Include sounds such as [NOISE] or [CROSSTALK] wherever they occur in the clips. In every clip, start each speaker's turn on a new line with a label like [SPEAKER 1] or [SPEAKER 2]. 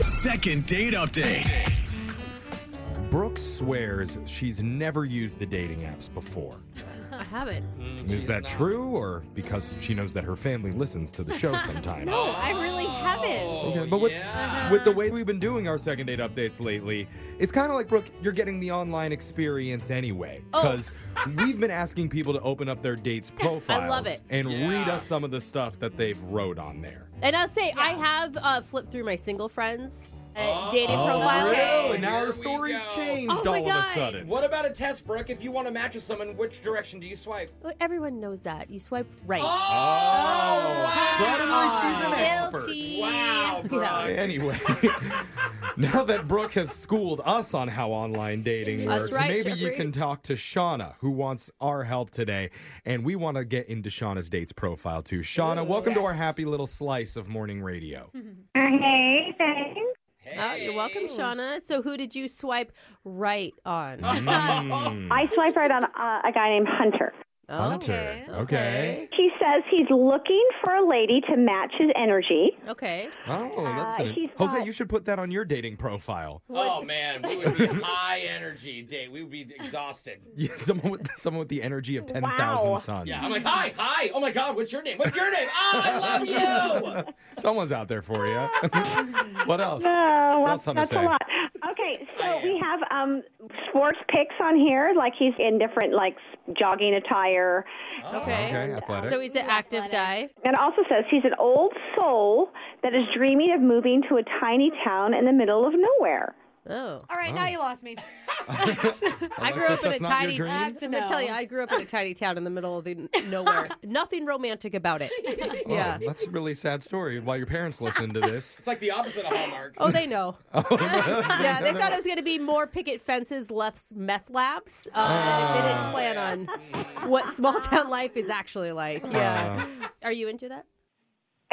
[SPEAKER 1] Second date update.
[SPEAKER 2] Brooke swears she's never used the dating apps before.
[SPEAKER 3] I haven't.
[SPEAKER 2] Is that true, or because she knows that her family listens to the show sometimes?
[SPEAKER 3] No, Oh, I really haven't.
[SPEAKER 2] Okay, but with, with the way we've been doing our second date updates lately, it's kind of like, Brooke, you're getting the online experience anyway. Because we've been asking people to open up their dates' profiles
[SPEAKER 3] it.
[SPEAKER 2] and
[SPEAKER 4] Yeah.
[SPEAKER 2] read us some of the stuff that they've wrote on there.
[SPEAKER 3] And I'll say I have uh, flipped through my single friends' uh, dating profile.
[SPEAKER 2] Really? Oh. Now
[SPEAKER 4] Here
[SPEAKER 2] the
[SPEAKER 4] we
[SPEAKER 2] story's
[SPEAKER 4] go.
[SPEAKER 2] changed
[SPEAKER 3] Oh my
[SPEAKER 2] all of a
[SPEAKER 3] God.
[SPEAKER 2] sudden.
[SPEAKER 4] What about a test, Brooke? If you want to match with someone, which direction do you swipe?
[SPEAKER 3] Well, Everyone knows that. You swipe right.
[SPEAKER 2] Oh, suddenly she's an expert.
[SPEAKER 5] Guilty.
[SPEAKER 4] Oh, Wow, Brooke.
[SPEAKER 2] Anyway, [LAUGHS] now that Brooke has schooled us on how online dating
[SPEAKER 3] That's
[SPEAKER 2] works,
[SPEAKER 3] right,
[SPEAKER 2] maybe you
[SPEAKER 3] Jeffrey.
[SPEAKER 2] can talk to Shauna, who wants our help today. And we want to get into Shauna's dates profile too. Shauna, welcome to our happy little slice of morning radio.
[SPEAKER 6] Hey, thanks.
[SPEAKER 3] Oh, you're welcome, Shauna. So who did you swipe right on?
[SPEAKER 2] Mm,
[SPEAKER 6] I swipe right on uh, a guy named Hunter.
[SPEAKER 3] Oh,
[SPEAKER 2] Hunter. Okay.
[SPEAKER 6] He says he's looking for a lady to match his energy.
[SPEAKER 3] Okay.
[SPEAKER 2] Oh, that's
[SPEAKER 6] Uh,
[SPEAKER 2] an-
[SPEAKER 6] she's
[SPEAKER 2] Jose.
[SPEAKER 6] hot.
[SPEAKER 2] You should put that on your dating profile. [LAUGHS]
[SPEAKER 4] Oh man, we would be high energy day. We would be exhausted.
[SPEAKER 2] Yeah, someone with someone with the energy of ten thousand
[SPEAKER 6] Wow.
[SPEAKER 2] suns.
[SPEAKER 4] Yeah, I'm like, hi, hi. Oh my God, what's your name? What's your name? Oh, I love you.
[SPEAKER 2] Someone's out there for you. what else?
[SPEAKER 6] Oh,
[SPEAKER 2] What
[SPEAKER 6] well,
[SPEAKER 2] else, Hunter,
[SPEAKER 6] that's
[SPEAKER 2] say?
[SPEAKER 6] a lot. Okay,
[SPEAKER 4] I
[SPEAKER 6] so
[SPEAKER 4] am.
[SPEAKER 6] we have um, sports pics on here. Like he's in different like s- jogging attire,
[SPEAKER 3] Okay.
[SPEAKER 2] Oh. Okay, athletic.
[SPEAKER 3] So he's an active guy.
[SPEAKER 6] and also says he's an old soul that is dreaming of moving to a tiny town in the middle of nowhere.
[SPEAKER 3] Oh.
[SPEAKER 5] All right, now you lost
[SPEAKER 2] [LAUGHS]
[SPEAKER 5] me.
[SPEAKER 3] I grew up in a
[SPEAKER 2] that's not your
[SPEAKER 3] tiny
[SPEAKER 2] dream?
[SPEAKER 3] I'm
[SPEAKER 5] That's a
[SPEAKER 3] gonna
[SPEAKER 5] no.
[SPEAKER 3] tell you, I grew up in a tiny town in the middle of the
[SPEAKER 2] [LAUGHS]
[SPEAKER 3] nowhere. Nothing romantic about it. Yeah.
[SPEAKER 2] Oh, that's a really sad story. While your parents listen to this,
[SPEAKER 4] It's like the opposite of Hallmark.
[SPEAKER 3] Oh,
[SPEAKER 2] [LAUGHS]
[SPEAKER 3] they know. yeah, they thought it was going to be more picket fences, less meth labs. Uh,
[SPEAKER 2] Oh.
[SPEAKER 3] they didn't plan on what small town life is actually like. Yeah.
[SPEAKER 2] Uh.
[SPEAKER 3] Are you into that?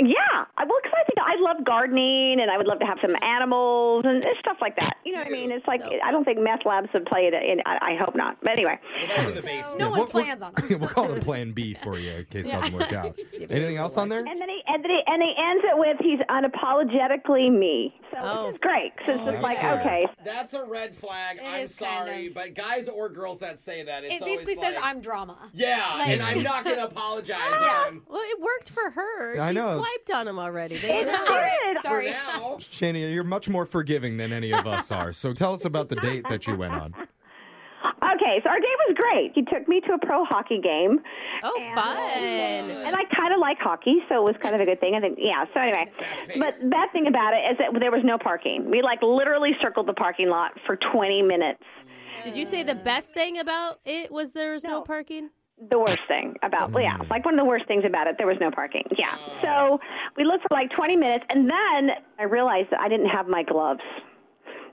[SPEAKER 6] Yeah, I, well, because I think I love gardening, and I would love to have some animals and stuff like that. You know what I mean? It's like I don't think meth labs would play it. In, I, I hope not. But anyway,
[SPEAKER 4] Well, that's in the basement.
[SPEAKER 5] No
[SPEAKER 2] Yeah,
[SPEAKER 5] one
[SPEAKER 2] we'll- we'll-
[SPEAKER 5] plans
[SPEAKER 2] [LAUGHS]
[SPEAKER 5] on it.
[SPEAKER 2] we'll call it a plan B for you in case it doesn't work out. Anything else on there?
[SPEAKER 6] and then he and then he, and he ends it with he's unapologetically me. So
[SPEAKER 3] Oh.
[SPEAKER 6] which is great 'cause it's just like
[SPEAKER 2] good.
[SPEAKER 6] okay,
[SPEAKER 4] That's a red flag. I'm
[SPEAKER 5] is kind
[SPEAKER 4] sorry,
[SPEAKER 5] of.
[SPEAKER 4] but guys or girls that say that, it's
[SPEAKER 5] It basically
[SPEAKER 4] always
[SPEAKER 5] says
[SPEAKER 4] like,
[SPEAKER 5] I'm drama.
[SPEAKER 4] Yeah,
[SPEAKER 5] Like-
[SPEAKER 4] and I'm
[SPEAKER 5] [LAUGHS]
[SPEAKER 4] not gonna apologize. if I'm-
[SPEAKER 3] Well, it worked for her.
[SPEAKER 2] I
[SPEAKER 3] she
[SPEAKER 2] know.
[SPEAKER 3] swiped on him already. They
[SPEAKER 6] good.
[SPEAKER 4] for
[SPEAKER 7] [LAUGHS]
[SPEAKER 5] Sorry.
[SPEAKER 4] now.
[SPEAKER 2] Shania, you're much more forgiving than any of us are. So tell us about the date that you went on.
[SPEAKER 6] Okay, so our day was great. He took me to a pro hockey game,
[SPEAKER 3] oh, fun.
[SPEAKER 6] and I kind of like hockey, so it was kind of a good thing. I think, yeah. So anyway,
[SPEAKER 4] Fast-paced.
[SPEAKER 6] but bad thing about it is that there was no parking. We like literally circled the parking lot for 20 minutes.
[SPEAKER 3] Did you say the best thing about it was there was no, parking?
[SPEAKER 6] the worst thing about well, yeah
[SPEAKER 4] Mm.
[SPEAKER 6] like one of the worst things about it there was no parking yeah so we looked for like 20 minutes and then i realized that i didn't have my gloves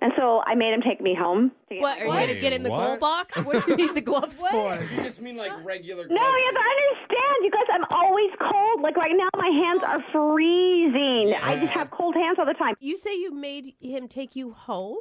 [SPEAKER 6] and so i made him take me home to get
[SPEAKER 3] What? Are
[SPEAKER 6] my-
[SPEAKER 3] you going to
[SPEAKER 2] Wait,
[SPEAKER 3] get in the
[SPEAKER 2] what?
[SPEAKER 3] goal box? [LAUGHS] What do you need the gloves for?
[SPEAKER 4] You just mean like regular.
[SPEAKER 6] no
[SPEAKER 4] gloves.
[SPEAKER 6] you have to understand you guys i'm always cold like right now my hands are freezing i just have cold hands all the time
[SPEAKER 3] You say you made him take you home?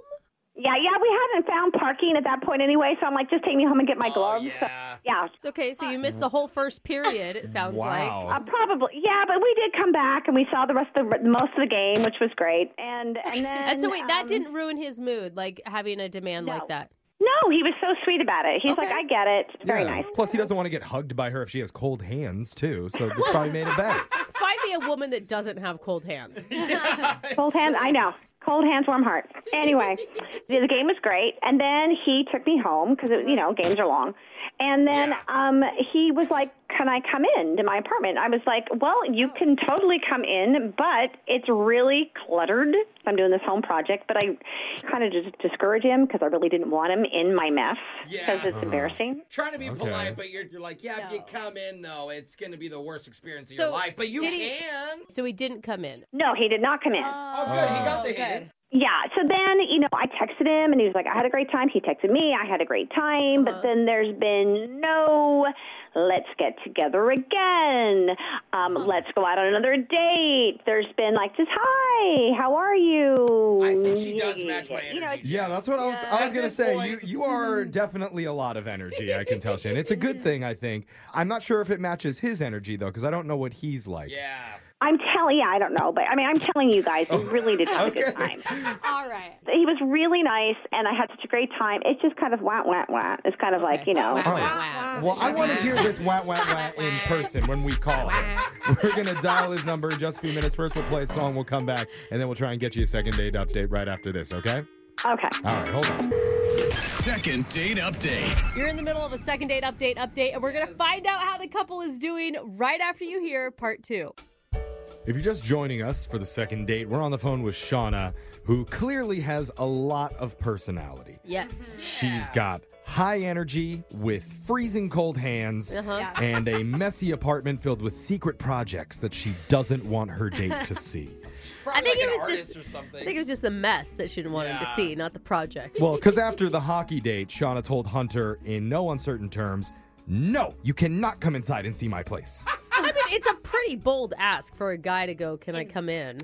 [SPEAKER 6] yeah yeah we hadn't found parking at that point anyway so i'm like just take me home and get my
[SPEAKER 4] Oh,
[SPEAKER 6] gloves so,
[SPEAKER 4] yeah.
[SPEAKER 6] yeah
[SPEAKER 3] It's okay. So you missed the whole first period, it sounds like.
[SPEAKER 6] Uh,
[SPEAKER 2] Wow.
[SPEAKER 6] probably, yeah, but we did come back and we saw the rest of the most of the game, which was great. And and then
[SPEAKER 3] And Uh, so wait, that
[SPEAKER 6] um,
[SPEAKER 3] didn't ruin his mood, like having a demand like
[SPEAKER 6] No.
[SPEAKER 3] that.
[SPEAKER 6] No, he was so sweet about it. He's
[SPEAKER 3] Okay.
[SPEAKER 6] like, I get it. It's Very
[SPEAKER 2] Yeah.
[SPEAKER 6] nice.
[SPEAKER 2] Plus, he doesn't want to get hugged by her if she has cold hands too. So it's probably made it better.
[SPEAKER 3] Find me a woman that doesn't have cold hands.
[SPEAKER 6] Cold hands, I know. Cold hands, warm heart. Anyway, [LAUGHS] the, the game was great, and then he took me home because you know games are long. And then um, he was like, "Can I come in to my apartment?" I was like, "Well, you can totally come in, but it's really cluttered. I'm doing this home project, but I kind of just discourage him because I really didn't want him in my mess because
[SPEAKER 4] Yeah.
[SPEAKER 6] it's embarrassing."
[SPEAKER 4] Trying to be
[SPEAKER 2] Okay.
[SPEAKER 4] polite, but you're, you're like, yeah, if you come in though, it's gonna be the worst experience of your
[SPEAKER 3] So,
[SPEAKER 4] life. But you
[SPEAKER 3] did he-
[SPEAKER 4] can.
[SPEAKER 3] So he didn't come in.
[SPEAKER 6] No, he did not come in.
[SPEAKER 4] Oh, good. He got the hint.
[SPEAKER 6] Yeah. So then, you know, I texted him and he was like, I had a great time. He texted me, I had a great time.
[SPEAKER 4] Uh-huh.
[SPEAKER 6] But then there's been no, let's get together again. Um,
[SPEAKER 4] Uh-huh.
[SPEAKER 6] Let's go out on another date. There's been like, just, hi, how are you?
[SPEAKER 4] I think she does match my
[SPEAKER 6] You know,
[SPEAKER 4] energy.
[SPEAKER 2] Yeah, that's what I was. I was
[SPEAKER 4] At
[SPEAKER 2] gonna
[SPEAKER 4] this
[SPEAKER 2] say you
[SPEAKER 4] point-
[SPEAKER 2] you are definitely a lot of energy. I can tell, Shane. It's a good thing, I think. I'm not sure if it matches his energy though, because I don't know what he's like.
[SPEAKER 4] Yeah.
[SPEAKER 6] I'm telling, yeah, I don't know, but I mean, I'm telling you guys, we really did have a good
[SPEAKER 2] Okay.
[SPEAKER 6] time.
[SPEAKER 5] All right.
[SPEAKER 6] He was really nice, and I had such a great time. It's just kind of wah wah wah. It's kind of like you know.
[SPEAKER 3] Wow,
[SPEAKER 2] Oh.
[SPEAKER 3] wow.
[SPEAKER 2] Well, I want to hear [LAUGHS] this wah wah wah in person when we call him. We're gonna dial his number in just a few minutes. First, we'll play a song. We'll come back, and then we'll try and get you a second date update right after this. Okay?
[SPEAKER 6] Okay.
[SPEAKER 2] All right. Hold on.
[SPEAKER 1] Second date update.
[SPEAKER 3] You're in the middle of a second date update update, and we're going to find out how the couple is doing right after you hear part two.
[SPEAKER 2] If you're just joining us for the second date, we're on the phone with Shauna, who clearly has a lot of personality.
[SPEAKER 3] Yes.
[SPEAKER 2] She's got high energy with freezing cold hands
[SPEAKER 3] Uh-huh.
[SPEAKER 2] and a messy apartment filled with secret projects that she doesn't want her date [LAUGHS] to see.
[SPEAKER 3] I think it was
[SPEAKER 7] an
[SPEAKER 3] just-
[SPEAKER 7] artist or something.
[SPEAKER 3] I think it was just the mess that she didn't want him to
[SPEAKER 7] Yeah.
[SPEAKER 3] see, not the project.
[SPEAKER 2] Well, because after the hockey date, Shauna told Hunter in no uncertain terms, no, you cannot come inside and see my place.
[SPEAKER 3] I mean, it's a pretty bold ask for a guy to go, Can I come in?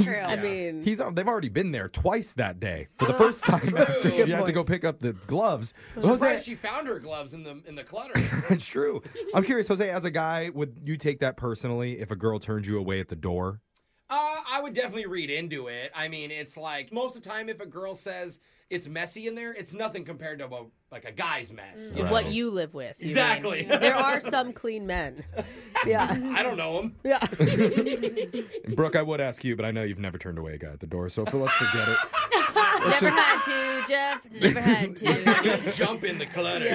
[SPEAKER 2] True.
[SPEAKER 3] I mean, Oh.
[SPEAKER 2] He's uh, they've already been there twice that day. For the first
[SPEAKER 3] [LAUGHS]
[SPEAKER 2] time, after she had to
[SPEAKER 3] point.
[SPEAKER 2] go pick up the gloves. [LAUGHS]
[SPEAKER 4] Surprised
[SPEAKER 2] Jose,
[SPEAKER 4] she found her gloves in the in the clutter. [LAUGHS]
[SPEAKER 2] it's true. I'm curious, Jose, as a guy, would you take that personally if a girl turned you away at the door?
[SPEAKER 4] Uh, I would definitely read into it. I mean, it's like most of the time, if a girl says it's messy in there, it's nothing compared to a, like a guy's mess. you know?
[SPEAKER 3] what you live with. you mean.
[SPEAKER 4] Exactly.
[SPEAKER 3] There are some clean men. Yeah.
[SPEAKER 4] [LAUGHS] I don't know him.
[SPEAKER 3] Yeah.
[SPEAKER 2] And Brooke, I would ask you, but I know you've never turned away a guy at the door, so let's forget it.
[SPEAKER 5] Never had to, Jeff. Never had to.
[SPEAKER 4] Jump in the clutter.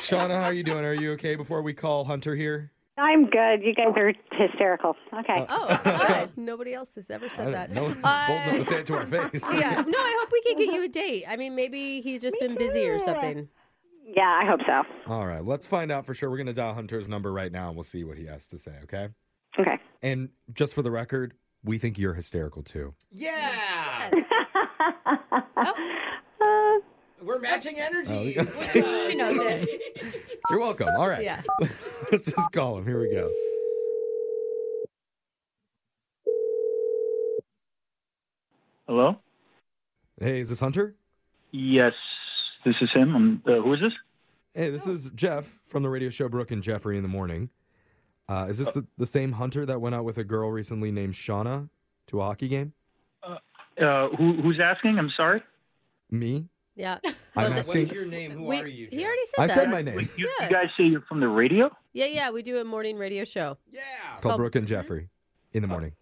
[SPEAKER 2] Shauna, how are you doing? Are you okay before we call Hunter here?
[SPEAKER 6] I'm good. You guys are hysterical. Okay.
[SPEAKER 4] Uh,
[SPEAKER 2] [LAUGHS]
[SPEAKER 3] Oh, good. Nobody else has ever
[SPEAKER 2] I
[SPEAKER 3] said
[SPEAKER 2] don't-
[SPEAKER 3] that.
[SPEAKER 2] No
[SPEAKER 3] [LAUGHS]
[SPEAKER 2] one's
[SPEAKER 3] Uh,
[SPEAKER 2] bold enough to say it to our face.
[SPEAKER 3] [LAUGHS] yeah. No, I hope we
[SPEAKER 2] [LAUGHS]
[SPEAKER 3] can get you a date. I mean, maybe he's just been busy or something.
[SPEAKER 6] yeah, I hope so.
[SPEAKER 2] All right, let's find out for sure. We're going to dial Hunter's number right now and we'll see what he has to say, okay?
[SPEAKER 6] Okay.
[SPEAKER 2] And just for the record, we think you're hysterical too.
[SPEAKER 4] Yeah.
[SPEAKER 6] Uh,
[SPEAKER 4] We're matching energies.
[SPEAKER 2] Oh, [LAUGHS]
[SPEAKER 4] Look at us.
[SPEAKER 5] She knows it.
[SPEAKER 2] You're welcome. All right.
[SPEAKER 3] Yeah.
[SPEAKER 2] [LAUGHS] let's just call him. Here we go.
[SPEAKER 8] Hello?
[SPEAKER 2] Hey, is this Hunter?
[SPEAKER 8] Yes, this is him. Um uh, who is this?
[SPEAKER 2] Hey, this is Jeff from the radio show Brooke and Jeffrey in the Morning. Uh, is this the, the same Hunter that went out with a girl recently named Shauna to a hockey game?
[SPEAKER 8] Uh, who, who's asking? I'm sorry.
[SPEAKER 2] Me?
[SPEAKER 3] [LAUGHS] Yeah.
[SPEAKER 2] I'm
[SPEAKER 3] the-
[SPEAKER 4] What's
[SPEAKER 2] asking.
[SPEAKER 4] your name? Who
[SPEAKER 3] we-
[SPEAKER 4] are you?
[SPEAKER 3] He
[SPEAKER 4] Jeff?
[SPEAKER 3] already said
[SPEAKER 2] I
[SPEAKER 3] that.
[SPEAKER 2] said my name.
[SPEAKER 8] Wait, you,
[SPEAKER 3] Yeah.
[SPEAKER 8] you guys say you're from the radio?
[SPEAKER 3] Yeah, yeah. We do a morning radio show.
[SPEAKER 4] Yeah.
[SPEAKER 2] It's called Brooke and Jeffrey in the morning.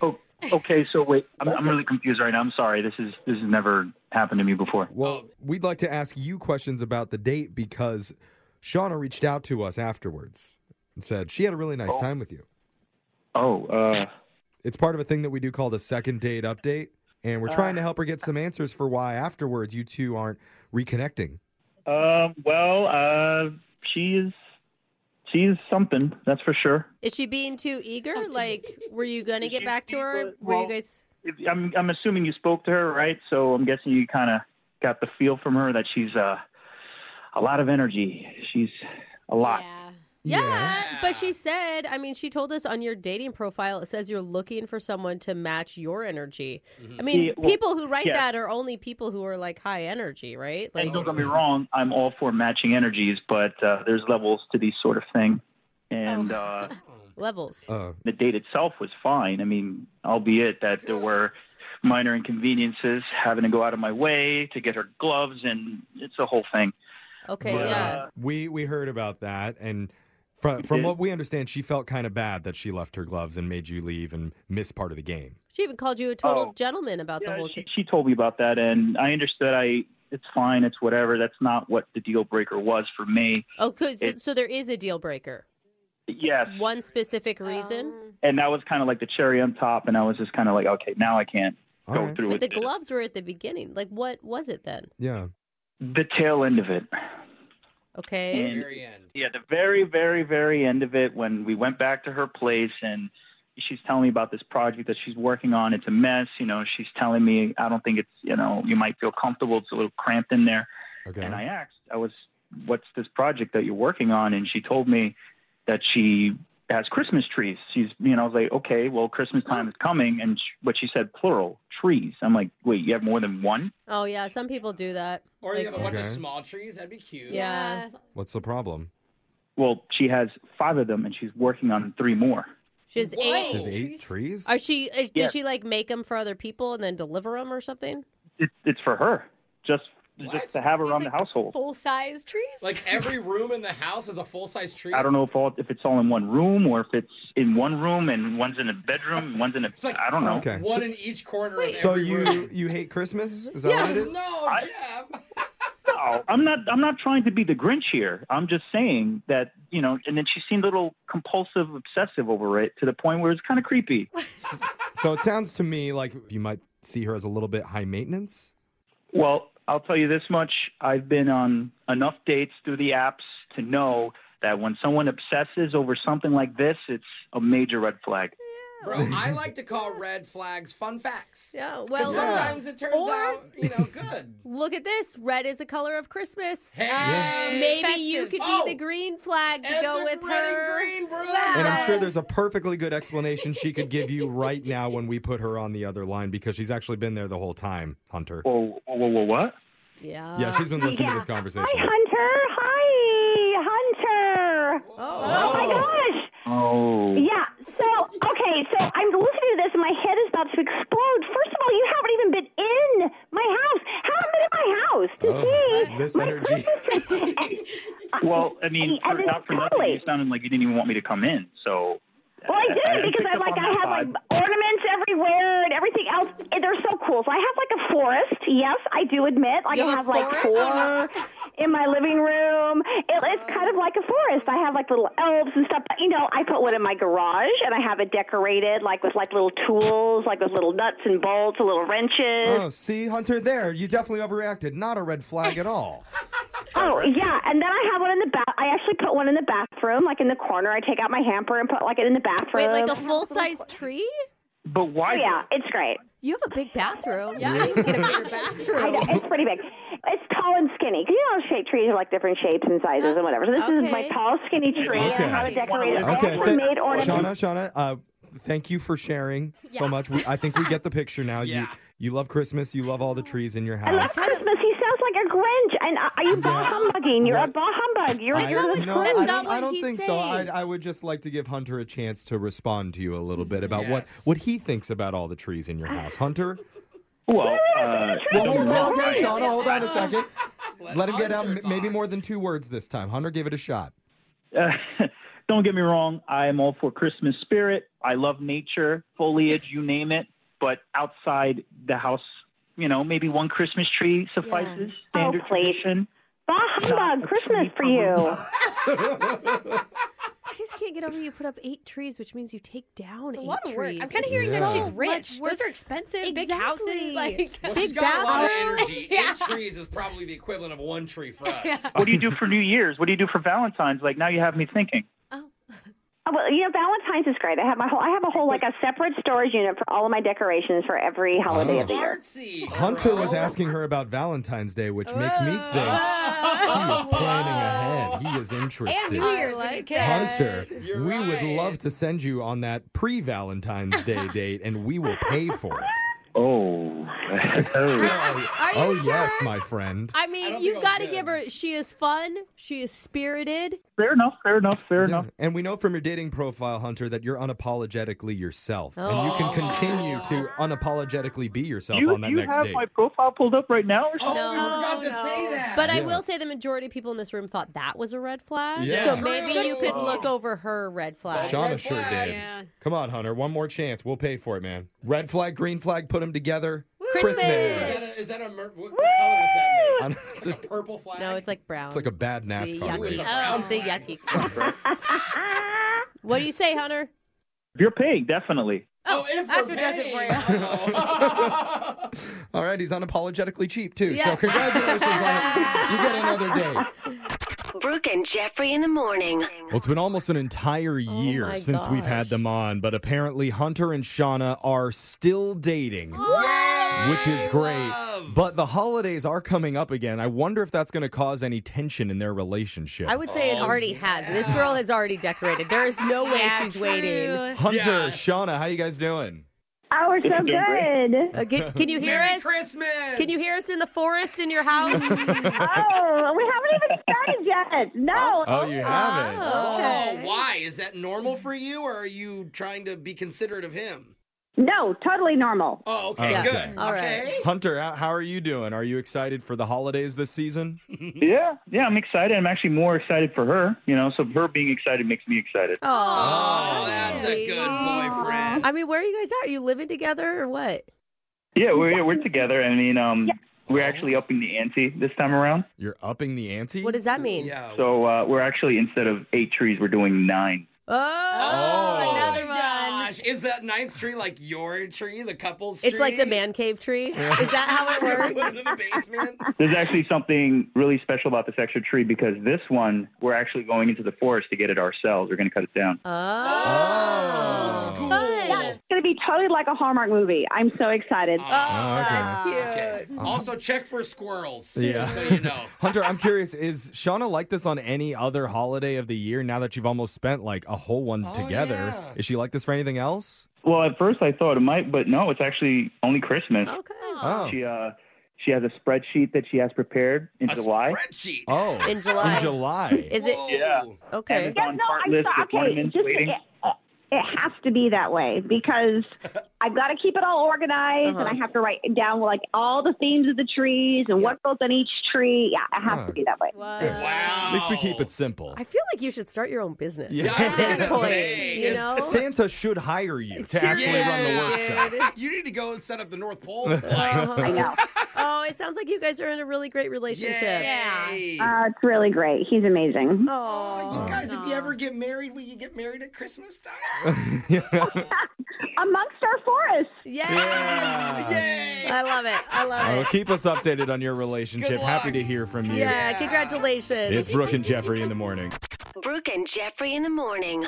[SPEAKER 8] Oh, okay. So wait, I'm, I'm really confused right now. I'm sorry. This is this has never happened to me before.
[SPEAKER 2] Well, we'd like to ask you questions about the date because Shauna reached out to us afterwards and said she had a really nice time with you.
[SPEAKER 8] Oh, uh,
[SPEAKER 2] It's part of a thing that we do called a second date update, and we're
[SPEAKER 8] Uh.
[SPEAKER 2] trying to help her get some answers for why afterwards you two aren't reconnecting.
[SPEAKER 8] uh, well, uh, she is she's something. That's for sure.
[SPEAKER 3] Is she being too eager? Like, were you going to get back to her? Were you
[SPEAKER 8] Well-
[SPEAKER 3] guys.
[SPEAKER 8] If, I'm I'm assuming you spoke to her, right? So I'm guessing you kind of got the feel from her that she's uh, a lot of energy. She's a lot.
[SPEAKER 5] Yeah.
[SPEAKER 3] Yeah, but she said, I mean, she told us on your dating profile, it says you're looking for someone to match your energy. I mean,
[SPEAKER 8] Yeah, well,
[SPEAKER 3] people who write
[SPEAKER 8] yeah.
[SPEAKER 3] that are only people who are like high energy, right? Like,
[SPEAKER 8] And don't get me wrong, I'm all for matching energies, but uh, there's levels to these sort of thing.
[SPEAKER 3] Oh.
[SPEAKER 8] And uh,
[SPEAKER 3] levels.
[SPEAKER 2] Uh,
[SPEAKER 8] the date itself was fine. I mean, albeit that there were minor inconveniences, having to go out of my way to get her gloves, and it's a whole thing.
[SPEAKER 3] Okay,
[SPEAKER 8] But,
[SPEAKER 3] yeah.
[SPEAKER 8] uh,
[SPEAKER 2] we we heard about that, and from from what we understand, she felt kind of bad that she left her gloves and made you leave and miss part of the game.
[SPEAKER 3] She even called you a total
[SPEAKER 8] oh.
[SPEAKER 3] gentleman about the
[SPEAKER 8] yeah,
[SPEAKER 3] whole
[SPEAKER 8] she,
[SPEAKER 3] thing.
[SPEAKER 8] she told me about that, and I understood. I it's fine, it's whatever. That's not what the deal breaker was for me.
[SPEAKER 3] Oh, 'cause-
[SPEAKER 8] it-
[SPEAKER 3] so there is a deal breaker.
[SPEAKER 8] Yes,
[SPEAKER 3] One specific reason?
[SPEAKER 8] and that was kind of like the cherry on top, and I was just kind of like, okay, now I can't
[SPEAKER 2] All
[SPEAKER 8] go
[SPEAKER 2] right.
[SPEAKER 8] through
[SPEAKER 3] but the
[SPEAKER 8] with this.
[SPEAKER 3] gloves were at the beginning. Like, what was it then?
[SPEAKER 2] Yeah.
[SPEAKER 8] the tail end of it.
[SPEAKER 3] Okay.
[SPEAKER 8] Yeah.
[SPEAKER 4] Very end.
[SPEAKER 8] Yeah, the very, very, very end of it when we went back to her place and she's telling me about this project that she's working on. It's a mess. You know, she's telling me, I don't think it's, you know, you might feel comfortable. It's a little cramped in there.
[SPEAKER 2] Okay.
[SPEAKER 8] And I asked, I was, what's this project that you're working on? And she told me that she has Christmas trees. She's, you know, I was like, okay, well, Christmas time is coming. And she, but she said plural trees. I'm like, wait, you have more than one?
[SPEAKER 3] Oh, yeah. Some people do that.
[SPEAKER 4] Or you
[SPEAKER 3] Like-
[SPEAKER 4] have a bunch
[SPEAKER 2] Okay.
[SPEAKER 4] of small trees. That'd be cute.
[SPEAKER 3] Yeah.
[SPEAKER 5] Yeah.
[SPEAKER 2] What's the problem?
[SPEAKER 8] Well, she has five of them, and she's working on three more.
[SPEAKER 3] She has
[SPEAKER 4] Whoa.
[SPEAKER 3] eight.
[SPEAKER 2] There's eight trees?
[SPEAKER 3] Are she? Is,
[SPEAKER 8] Yeah.
[SPEAKER 3] Does she like make them for other people and then deliver them or something?
[SPEAKER 8] It, it's for her, just
[SPEAKER 4] What?
[SPEAKER 8] just to have her
[SPEAKER 7] These,
[SPEAKER 8] around
[SPEAKER 7] like,
[SPEAKER 8] the household.
[SPEAKER 7] Full size trees.
[SPEAKER 4] Like every room in the house is a full size tree.
[SPEAKER 8] I don't know if all if it's all in one room or if it's in one room and one's in a bedroom, one's in a.
[SPEAKER 4] It's like-
[SPEAKER 8] I don't know.
[SPEAKER 2] Okay.
[SPEAKER 4] One in each corner. Of
[SPEAKER 2] So
[SPEAKER 3] [LAUGHS]
[SPEAKER 4] every
[SPEAKER 2] [LAUGHS] you
[SPEAKER 4] room.
[SPEAKER 2] you hate Christmas? Is that what it is?
[SPEAKER 4] No,
[SPEAKER 8] I-
[SPEAKER 3] [LAUGHS]
[SPEAKER 4] Jeff.
[SPEAKER 8] No, I'm not. I'm not trying to be the Grinch here. I'm just saying that you know. And then she seemed a little compulsive, obsessive over it to the point where it's kind of creepy.
[SPEAKER 2] So it sounds to me like you might see her as a little bit high maintenance.
[SPEAKER 8] Well, I'll tell you this much: I've been on enough dates through the apps to know that when someone obsesses over something like this, it's a major red flag.
[SPEAKER 4] Bro, I like to call red flags fun facts.
[SPEAKER 3] Yeah.
[SPEAKER 4] Well,
[SPEAKER 3] Well,
[SPEAKER 4] sometimes it turns
[SPEAKER 3] Or-
[SPEAKER 4] out, you know, good.
[SPEAKER 3] [LAUGHS] look at this. Red is a color of Christmas.
[SPEAKER 4] Hey,
[SPEAKER 3] Maybe you
[SPEAKER 7] Festive.
[SPEAKER 3] could be
[SPEAKER 4] Oh.
[SPEAKER 3] the green flag to
[SPEAKER 4] Ever
[SPEAKER 3] go with
[SPEAKER 4] red and
[SPEAKER 3] her.
[SPEAKER 4] green, bro.
[SPEAKER 2] And I'm
[SPEAKER 3] Right.
[SPEAKER 6] Uh,
[SPEAKER 2] sure there's a perfectly good explanation she could give you right now when we put her on the other line because she's actually been there the whole time, Hunter.
[SPEAKER 8] Whoa, whoa, whoa, whoa what?
[SPEAKER 3] Yeah.
[SPEAKER 2] Yeah, she's been listening to this
[SPEAKER 6] Hi,
[SPEAKER 2] conversation.
[SPEAKER 6] Hunter. Hi, Hunter.
[SPEAKER 3] Oh.
[SPEAKER 6] Oh my gosh.
[SPEAKER 8] Oh.
[SPEAKER 6] Yeah. So okay. So I'm listening to this, and my head is about to explode. First of all, you haven't even been in my house. Haven't been in my house to
[SPEAKER 2] Oh,
[SPEAKER 6] see
[SPEAKER 2] this
[SPEAKER 6] my
[SPEAKER 2] energy.
[SPEAKER 6] Christmas tree.
[SPEAKER 8] Well, I mean,
[SPEAKER 6] I- I
[SPEAKER 8] for, not for nothing,
[SPEAKER 6] totally-
[SPEAKER 8] you sounded like you didn't even want me to come in. So.
[SPEAKER 6] well,
[SPEAKER 8] [LAUGHS]
[SPEAKER 6] I
[SPEAKER 8] I- I
[SPEAKER 6] did because
[SPEAKER 8] picked
[SPEAKER 6] I
[SPEAKER 8] up
[SPEAKER 6] like
[SPEAKER 8] on
[SPEAKER 6] I
[SPEAKER 8] that
[SPEAKER 6] have like
[SPEAKER 8] vibe.
[SPEAKER 6] ornaments everywhere and everything else. And they're so cool. So I have like a forest. Yes, I do admit. Like
[SPEAKER 3] You
[SPEAKER 6] I
[SPEAKER 3] have
[SPEAKER 6] have
[SPEAKER 3] a
[SPEAKER 6] like four in my living room. It, it's
[SPEAKER 3] Oh.
[SPEAKER 6] kind of like a forest. I have like little elves and stuff. But you know, I put one in my garage and I have it decorated like with like little tools, like with little nuts and bolts, and little wrenches.
[SPEAKER 2] Oh, see, Hunter, there. You definitely overreacted. Not a red flag at all.
[SPEAKER 6] Oh yeah, and then I have one in the bath. I actually put one in the bathroom, like in the corner. I take out my hamper and put like it in the bathroom.
[SPEAKER 3] Wait, like
[SPEAKER 6] I
[SPEAKER 3] a
[SPEAKER 6] have
[SPEAKER 3] full
[SPEAKER 6] little-
[SPEAKER 3] size tree?
[SPEAKER 8] But why?
[SPEAKER 6] Oh, yeah, it's great.
[SPEAKER 3] You have a big bathroom.
[SPEAKER 7] yeah, you can get a bigger
[SPEAKER 6] I
[SPEAKER 7] bathroom.
[SPEAKER 6] know, it's pretty big. It's tall and skinny. 'Cause You know, shade trees are like different shapes and sizes and whatever. So this is my
[SPEAKER 3] Okay.
[SPEAKER 6] tall, skinny tree.
[SPEAKER 2] Okay.
[SPEAKER 6] I have it decorated.
[SPEAKER 2] Okay.
[SPEAKER 6] I also made
[SPEAKER 2] Shauna,
[SPEAKER 6] ornaments.
[SPEAKER 2] Shauna, uh, thank you for sharing so much. We, I think we get the picture now. You
[SPEAKER 4] Yeah.
[SPEAKER 2] you love Christmas. You love all the trees in your
[SPEAKER 6] I love
[SPEAKER 2] house.
[SPEAKER 6] Christmas. He sounds like a Grinch. And uh, are you bah
[SPEAKER 2] Yeah.
[SPEAKER 6] humbugging? You're
[SPEAKER 2] Yeah.
[SPEAKER 6] a bah humbug. You're,
[SPEAKER 2] I-
[SPEAKER 6] you're the
[SPEAKER 2] no,
[SPEAKER 6] Grinch.
[SPEAKER 2] I
[SPEAKER 3] that's
[SPEAKER 2] don't,
[SPEAKER 3] not
[SPEAKER 2] I
[SPEAKER 3] what
[SPEAKER 2] don't
[SPEAKER 3] he's
[SPEAKER 2] think so. I,
[SPEAKER 3] saying.
[SPEAKER 2] I would just like to give Hunter a chance to respond to you a little bit about what,
[SPEAKER 4] Yes.
[SPEAKER 2] what he thinks about all the trees in your house.
[SPEAKER 3] [LAUGHS]
[SPEAKER 2] Hunter?
[SPEAKER 8] Well, uh,
[SPEAKER 2] Well, hold on,
[SPEAKER 8] Right.
[SPEAKER 2] okay, Shauna, hold on a second. Let him get out
[SPEAKER 4] Hunter
[SPEAKER 2] m- maybe
[SPEAKER 4] talk.
[SPEAKER 2] more than two words this time. Hunter, give it a shot.
[SPEAKER 8] Uh, [LAUGHS] don't get me wrong. I am all for Christmas spirit. I love nature, foliage, you name it. But outside the house, you know, maybe one Christmas tree suffices. Standard
[SPEAKER 6] Oh, please.
[SPEAKER 8] tradition.
[SPEAKER 6] Bah
[SPEAKER 8] Not a
[SPEAKER 6] humbug. Christmas
[SPEAKER 8] tree
[SPEAKER 6] for
[SPEAKER 8] for
[SPEAKER 6] you.
[SPEAKER 8] Christmas.
[SPEAKER 3] I just can't get over you put up eight trees, which means you take down
[SPEAKER 7] It's
[SPEAKER 3] eight
[SPEAKER 7] a lot of work.
[SPEAKER 3] trees.
[SPEAKER 7] I'm kind of
[SPEAKER 3] It's
[SPEAKER 7] hearing
[SPEAKER 2] Yeah.
[SPEAKER 7] that
[SPEAKER 2] so
[SPEAKER 7] she's
[SPEAKER 3] much
[SPEAKER 7] rich.
[SPEAKER 3] work.
[SPEAKER 7] Those are expensive, big houses.
[SPEAKER 3] Exactly.
[SPEAKER 7] [LAUGHS] Like,
[SPEAKER 4] Well, she's
[SPEAKER 3] Big
[SPEAKER 4] got a lot of
[SPEAKER 3] bathroom.
[SPEAKER 4] energy.
[SPEAKER 7] Yeah.
[SPEAKER 4] Eight trees is probably the equivalent of one tree for us.
[SPEAKER 8] What do you do for New Year's? What do you do for Valentine's? Like now, you have me thinking.
[SPEAKER 6] Oh, well, you know, Valentine's is great. I have my whole. I have a whole like a separate storage unit for all of my decorations for every holiday
[SPEAKER 2] Oh.
[SPEAKER 6] of the year.
[SPEAKER 4] Artsy.
[SPEAKER 2] Hunter was
[SPEAKER 4] bro.
[SPEAKER 2] asking her about Valentine's Day, which makes me think
[SPEAKER 3] Oh.
[SPEAKER 2] he was
[SPEAKER 4] Oh,
[SPEAKER 2] planning ahead. He is
[SPEAKER 7] and
[SPEAKER 2] interested.
[SPEAKER 7] New Year's
[SPEAKER 3] I
[SPEAKER 7] when you
[SPEAKER 3] like
[SPEAKER 7] can.
[SPEAKER 2] Hunter,
[SPEAKER 4] You're
[SPEAKER 2] we would
[SPEAKER 4] right.
[SPEAKER 2] love to send you on that pre Valentine's
[SPEAKER 3] [LAUGHS]
[SPEAKER 2] Day date, and we will pay for it.
[SPEAKER 8] Oh.
[SPEAKER 3] Are you
[SPEAKER 2] oh,
[SPEAKER 3] sure?
[SPEAKER 2] yes, my friend.
[SPEAKER 3] I
[SPEAKER 4] I
[SPEAKER 3] mean,
[SPEAKER 4] don't
[SPEAKER 3] you've
[SPEAKER 4] think I'll
[SPEAKER 3] got to
[SPEAKER 4] get
[SPEAKER 3] give her. She is fun. She is spirited.
[SPEAKER 8] [LAUGHS] fair enough. Fair enough. Fair enough.
[SPEAKER 2] And we know from your dating profile, Hunter, that you're unapologetically yourself. And you can continue to unapologetically be yourself
[SPEAKER 8] You,
[SPEAKER 2] on that
[SPEAKER 8] you
[SPEAKER 2] next
[SPEAKER 8] have
[SPEAKER 2] date.
[SPEAKER 8] my profile pulled up right now? Or
[SPEAKER 4] Oh,
[SPEAKER 8] something?
[SPEAKER 4] we forgot to
[SPEAKER 7] No,
[SPEAKER 4] say
[SPEAKER 7] no.
[SPEAKER 4] that.
[SPEAKER 3] But I
[SPEAKER 2] Yeah.
[SPEAKER 3] will say the majority of people in this room thought that was a red flag.
[SPEAKER 2] Yeah.
[SPEAKER 3] So
[SPEAKER 4] True.
[SPEAKER 3] maybe you could look over her red flag.
[SPEAKER 4] Sure.
[SPEAKER 2] Shauna
[SPEAKER 4] Red
[SPEAKER 2] sure
[SPEAKER 4] flag.
[SPEAKER 2] did.
[SPEAKER 7] Yeah.
[SPEAKER 2] Come on, Hunter. One more chance. We'll pay for it, man. Red flag, green flag, put them together.
[SPEAKER 3] Christmas.
[SPEAKER 4] is, that a, is that a mer- what, what color is that?
[SPEAKER 2] I
[SPEAKER 4] Made?
[SPEAKER 2] know, it's, a,
[SPEAKER 4] Purple flag.
[SPEAKER 3] No, it's like
[SPEAKER 2] [LAUGHS]
[SPEAKER 3] brown.
[SPEAKER 2] it's like a bad
[SPEAKER 3] It's a
[SPEAKER 2] NASCAR
[SPEAKER 3] yucky.
[SPEAKER 2] race.
[SPEAKER 4] Oh.
[SPEAKER 3] It's a yucky. what do you say, Hunter?
[SPEAKER 8] If you're paying, definitely.
[SPEAKER 4] oh, if
[SPEAKER 7] that's
[SPEAKER 4] we're
[SPEAKER 7] what does it
[SPEAKER 4] paying. Oh,
[SPEAKER 7] for you.
[SPEAKER 4] [LAUGHS]
[SPEAKER 3] [LAUGHS]
[SPEAKER 4] Uh-oh.
[SPEAKER 2] All right, he's unapologetically cheap, too. So
[SPEAKER 3] Yeah.
[SPEAKER 2] congratulations on You get another day.
[SPEAKER 9] Brooke and Jeffrey in the morning.
[SPEAKER 2] Well, it's been almost an entire year
[SPEAKER 3] Oh my
[SPEAKER 2] since we've had
[SPEAKER 3] gosh.
[SPEAKER 2] them on, but apparently Hunter and Shauna are still dating. Which is great.
[SPEAKER 4] Love.
[SPEAKER 2] But the holidays are coming up again. I wonder if that's going to cause any tension in their relationship.
[SPEAKER 3] I would say
[SPEAKER 2] Oh,
[SPEAKER 3] it already has. This girl has already decorated. There is no way
[SPEAKER 7] Yeah,
[SPEAKER 3] she's
[SPEAKER 7] true.
[SPEAKER 3] waiting. Uh,
[SPEAKER 2] Hunter,
[SPEAKER 4] Yeah.
[SPEAKER 2] Shauna, how you guys doing?
[SPEAKER 6] Oh, we're
[SPEAKER 8] This
[SPEAKER 6] so
[SPEAKER 8] is doing great.
[SPEAKER 6] good.
[SPEAKER 3] Uh, can, can you hear
[SPEAKER 4] Merry
[SPEAKER 3] us?
[SPEAKER 4] Christmas.
[SPEAKER 3] Can you hear us in the forest in your [LAUGHS] house?
[SPEAKER 6] Oh, we haven't even started yet. No.
[SPEAKER 2] Oh, you haven't.
[SPEAKER 4] Oh,
[SPEAKER 3] okay.
[SPEAKER 4] why? Is that normal for you, or are you trying to be considerate of him?
[SPEAKER 6] No, totally normal.
[SPEAKER 4] Oh, okay,
[SPEAKER 2] Yeah.
[SPEAKER 4] good.
[SPEAKER 3] All right.
[SPEAKER 4] okay.
[SPEAKER 2] Hunter, how how are you doing? Are you excited for the holidays this season?
[SPEAKER 8] Yeah, yeah, I'm excited. I'm actually more excited for her. You know, so her being excited makes me excited.
[SPEAKER 4] Oh,
[SPEAKER 3] that's
[SPEAKER 4] that's a
[SPEAKER 3] sweet.
[SPEAKER 4] good boyfriend.
[SPEAKER 3] I mean, where are you guys at? Are you living together or what?
[SPEAKER 8] Yeah, we're yeah, we're together. I mean, um, we're actually upping the ante this time around.
[SPEAKER 2] You're upping the ante?
[SPEAKER 3] What does that mean?
[SPEAKER 4] Yeah.
[SPEAKER 8] So uh, we're actually instead of eight trees, we're doing nine.
[SPEAKER 3] Oh, another
[SPEAKER 4] my
[SPEAKER 3] one.
[SPEAKER 4] gosh. Is that ninth tree like your tree, the couple's tree?
[SPEAKER 3] It's like the
[SPEAKER 4] [LAUGHS]
[SPEAKER 3] man cave tree. Is that how it
[SPEAKER 4] Put
[SPEAKER 3] works?
[SPEAKER 4] it in the
[SPEAKER 3] [LAUGHS]
[SPEAKER 4] basement.
[SPEAKER 8] There's actually something really special about this extra tree because this one we're actually going into the forest to get it ourselves. We're going to cut it down.
[SPEAKER 3] Oh.
[SPEAKER 4] Oh, school.
[SPEAKER 6] It's going to be totally like a Hallmark movie. I'm so excited.
[SPEAKER 2] Oh, okay.
[SPEAKER 7] That's cute.
[SPEAKER 4] Ah, Okay. Also, check for squirrels.
[SPEAKER 2] Yeah.
[SPEAKER 4] So
[SPEAKER 2] [LAUGHS]
[SPEAKER 4] you know.
[SPEAKER 2] Hunter, I'm curious, is Shauna like this on any other holiday of the year now that you've almost spent like a whole one
[SPEAKER 4] Oh,
[SPEAKER 2] together?
[SPEAKER 4] yeah.
[SPEAKER 2] Is she like this for anything else?
[SPEAKER 8] Well, at first I thought it might, but no, it's actually only Christmas.
[SPEAKER 3] Okay.
[SPEAKER 2] Oh.
[SPEAKER 8] She uh, she has a spreadsheet that she has prepared in
[SPEAKER 4] A
[SPEAKER 8] July.
[SPEAKER 4] spreadsheet.
[SPEAKER 2] Oh.
[SPEAKER 3] In July.
[SPEAKER 2] In July.
[SPEAKER 3] Is it
[SPEAKER 4] Whoa.
[SPEAKER 8] Yeah.
[SPEAKER 3] okay?
[SPEAKER 8] on part list with ornaments waiting.
[SPEAKER 6] It, it has to be that way
[SPEAKER 8] [LAUGHS]
[SPEAKER 6] because I've got to keep it all organized, and
[SPEAKER 3] Uh-huh.
[SPEAKER 6] I have to write down like all the themes of the trees and what goes on each tree. Yeah, it has
[SPEAKER 2] Huh.
[SPEAKER 6] to be that way.
[SPEAKER 4] Wow.
[SPEAKER 2] At least we
[SPEAKER 4] Oh.
[SPEAKER 2] keep it simple.
[SPEAKER 3] I feel like you should start your own business
[SPEAKER 2] Yeah.
[SPEAKER 3] at
[SPEAKER 4] Yeah,
[SPEAKER 3] this
[SPEAKER 4] I was
[SPEAKER 3] point.
[SPEAKER 4] gonna say,
[SPEAKER 3] you know?
[SPEAKER 4] [LAUGHS] it's-
[SPEAKER 2] Santa should hire you to actually
[SPEAKER 3] Seriously,
[SPEAKER 2] run the
[SPEAKER 3] dude. Uh-huh.
[SPEAKER 2] workshop.
[SPEAKER 4] Ah, You need to go and set up the
[SPEAKER 2] [LAUGHS]
[SPEAKER 4] North Pole. place. [LAUGHS]
[SPEAKER 6] I
[SPEAKER 8] [LAUGHS]
[SPEAKER 6] know.
[SPEAKER 3] Oh, it sounds like you guys are in a really great relationship.
[SPEAKER 4] Yay.
[SPEAKER 6] Uh, it's really great. He's amazing.
[SPEAKER 3] Oh,
[SPEAKER 4] You guys, if you ever get married, will you get married at Christmas time?
[SPEAKER 2] [LAUGHS]
[SPEAKER 6] Amongst our forests.
[SPEAKER 3] yes.
[SPEAKER 4] Yay.
[SPEAKER 3] I love it. I love
[SPEAKER 2] Oh,
[SPEAKER 3] it.
[SPEAKER 2] keep us updated on your relationship.
[SPEAKER 4] Good
[SPEAKER 2] Happy
[SPEAKER 4] luck.
[SPEAKER 2] to hear from you.
[SPEAKER 3] Yeah, congratulations.
[SPEAKER 2] It's Brooke and Jeffrey in the morning.
[SPEAKER 9] Brooke and Jeffrey in the morning.